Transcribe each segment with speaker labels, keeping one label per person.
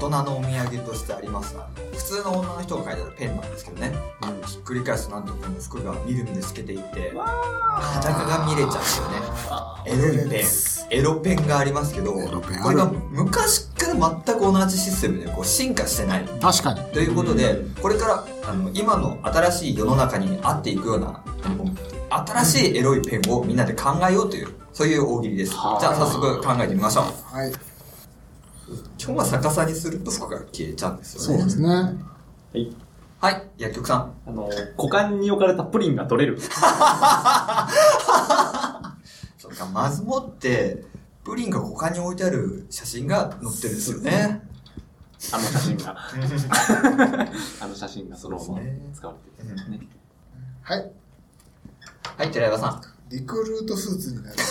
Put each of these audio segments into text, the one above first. Speaker 1: 女のお土産としてありますあの普通の女の人が書いてあるペンなんですけどね、うん、ひっくり返すとなんとこの服がみるみる透けていて裸が見れちゃうんですよねエロいペンエロペンがありますけど
Speaker 2: エロペン
Speaker 1: こ
Speaker 2: ある
Speaker 1: れが昔から全く同じシステムでこう進化してない
Speaker 2: 確かに。
Speaker 1: ということで、これからあの今の新しい世の中に合っていくような新しいエロいペンをみんなで考えようというそういう大喜利ですじゃあ早速考えてみましょう
Speaker 2: はい。
Speaker 1: 今日は逆さにすると服が消えちゃうんです
Speaker 2: そう
Speaker 1: よね
Speaker 2: ですね。
Speaker 3: はい。
Speaker 1: はい薬局さん
Speaker 3: あの、股間に置かれたプリンが取れる。
Speaker 1: そ っかまずもってプリンが他に置いてある写真が載ってるんですよね
Speaker 3: あの写真が。 あの写真がそのまま使われてるんですね。
Speaker 2: はい。
Speaker 1: はい寺山さん
Speaker 2: リクルートスーツになる。
Speaker 3: 元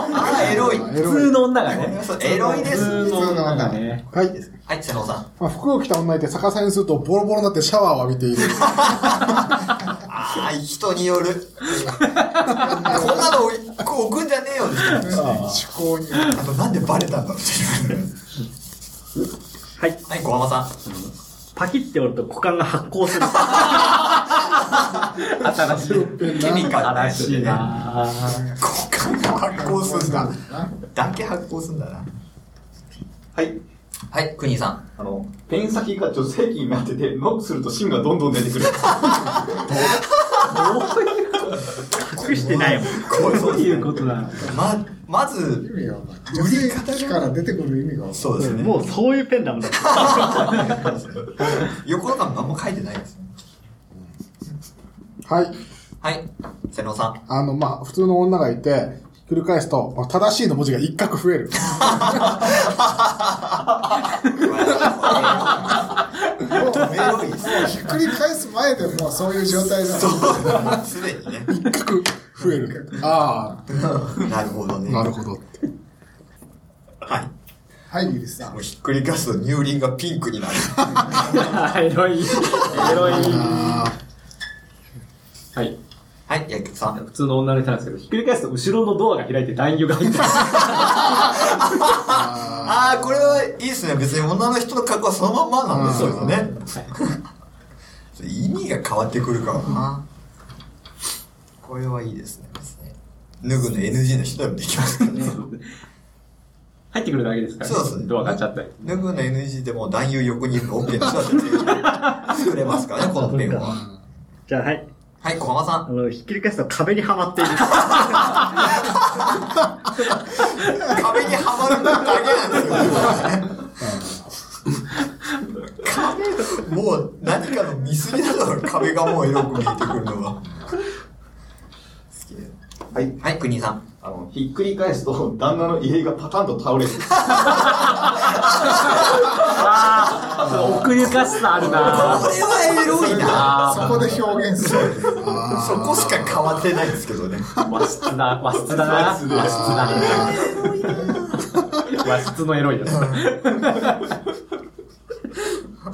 Speaker 1: あーエロい
Speaker 2: あ
Speaker 3: 普通の女がね。
Speaker 1: エロいで
Speaker 3: 普
Speaker 1: す
Speaker 3: 通の女がね。
Speaker 2: はい。
Speaker 1: はい瀬野さん
Speaker 2: まあ、服を着た女いて逆さにするとボロボロになってシャワーを浴びている。
Speaker 1: ああ人によ るこんなの置くんじゃねえよ
Speaker 2: 趣向に。
Speaker 1: あとなんでバレたんだっていう
Speaker 4: はい。
Speaker 1: はい小浜さん
Speaker 4: パキって折ると股間が発光する。
Speaker 3: 新しい。
Speaker 2: ペン
Speaker 1: ケミ
Speaker 2: な。
Speaker 1: カルなや
Speaker 3: 新
Speaker 1: つ
Speaker 3: し
Speaker 1: で
Speaker 3: い
Speaker 1: ね
Speaker 3: なぁ
Speaker 1: 股間が発光するんだ
Speaker 2: な
Speaker 1: だけ発光するんだな
Speaker 5: はい。
Speaker 1: はい国井さん
Speaker 5: あの、ペン先が女性器になってて、ノックすると芯がどんどん出てくる。
Speaker 4: 隠してないもん。
Speaker 3: どういうことなの
Speaker 1: まま
Speaker 2: 意
Speaker 1: ず
Speaker 2: 味がわかんない。女性器から出てくる意味がわかん
Speaker 1: そうですね
Speaker 4: もうそういうペンだもんだって。
Speaker 1: 横の間何も書いてないですね
Speaker 2: ないはい。
Speaker 1: はい瀬野さん
Speaker 2: あの、まあ、普通の女がいて、ひっくり返すと、まあ正しいの文字が一角 増える。
Speaker 1: エロいです
Speaker 2: ひっくり返す前でもうそういう状態 だ
Speaker 1: すでにね
Speaker 2: 一角増える。あ
Speaker 1: なるほど
Speaker 2: あ、
Speaker 1: ね
Speaker 2: なるほどって。
Speaker 1: はい
Speaker 2: はい、リリスさん
Speaker 1: もう。ひっくり返すと乳輪がピンクになる
Speaker 3: エロい。エロい。
Speaker 2: あ
Speaker 3: はい。
Speaker 1: はい薬局さん
Speaker 3: 普通の女の人なんですけど、ひっくり返すと後ろのドアが開いて男優が入ってる。
Speaker 1: ああこれはいいですね別に女の人の格好はそのまんまなんですよね意味が変わってくるからなこれはいいですね別に脱ぐの NG の人でもできますからね
Speaker 3: 入ってくるだけですから
Speaker 1: そうですね
Speaker 3: ドアが開っちゃったり。
Speaker 1: 脱ぐの NG でも男優横にいるの OK の人だってできる作れますからねこのペンは
Speaker 4: じゃあはい。
Speaker 1: はい小浜さ
Speaker 4: あ
Speaker 1: ん
Speaker 4: の、ひっくり返すと壁にはまっている。
Speaker 1: 壁にはまるだけなんですよ壁もう何かのミスりだから壁がもうエロく見えてくるのは好きだよ
Speaker 5: はい。
Speaker 1: はい国井さん
Speaker 5: あの、ひっくり返すと、旦那の遺影がパタンと倒れる。
Speaker 3: ああ、奥ゆかしさある
Speaker 1: これ
Speaker 3: なぁ
Speaker 1: はエロいな
Speaker 2: あ、そこで表現する。
Speaker 1: そこしか変わってないですけどね
Speaker 3: 和室だ、和室だな。和
Speaker 5: 和
Speaker 3: 室だ
Speaker 5: 室だ
Speaker 3: な。和室のエロいです。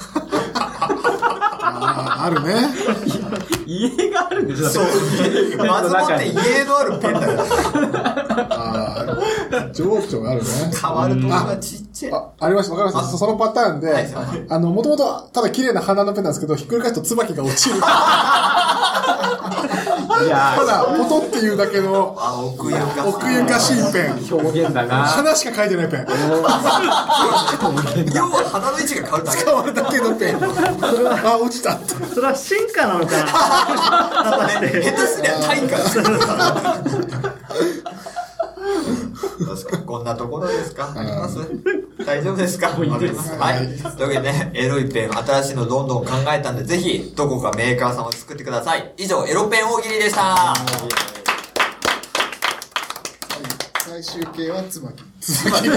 Speaker 2: ああ、あるね。
Speaker 3: 家があるんでしょ
Speaker 1: そうまずもって家のあるペンだから
Speaker 2: ああ、情緒があるね。
Speaker 1: 変わるとこがちっちゃい
Speaker 2: あ、ありました。わかりました。そそのパターンで、
Speaker 1: はいはい
Speaker 2: あの、もともと、ただ綺麗な花のペンなんですけど、ひっくり返すと椿が落ちる。た
Speaker 3: いや
Speaker 2: だ、ポトっていうだけの
Speaker 1: あ奥ゆかしい
Speaker 2: 奥ゆかしいペン。
Speaker 3: ー、表現だな。
Speaker 2: 花しか書いてないペン。
Speaker 1: 要は鼻の位置が変わるだけ
Speaker 2: 使われたけの ペン。あ、落ちたって。
Speaker 4: それは進化なのか
Speaker 1: 下手すりゃ退化する 確かにこんなところですかあります大丈夫ですかわかりますはいというわけでねエロいペン新しいのどんどん考えたんでぜひどこかメーカーさんを作ってください以上エロペン大喜利でした
Speaker 2: 最終形は椿。椿が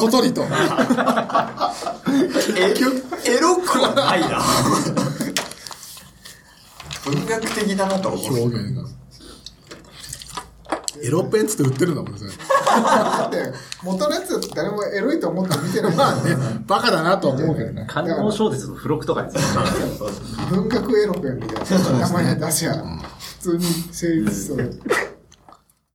Speaker 2: 小鳥と。
Speaker 1: エエロくはないな文学的だなと思う
Speaker 2: 表現が。エロペンっつって売ってるんだもんね。だって、元のやつ誰もエロいと思って見てない。まあね、バカだなとは思うけどね。
Speaker 3: 官能小説の付録とかですよ。
Speaker 2: 文学エロペンみたいな名前出しゃ、普通に成立する。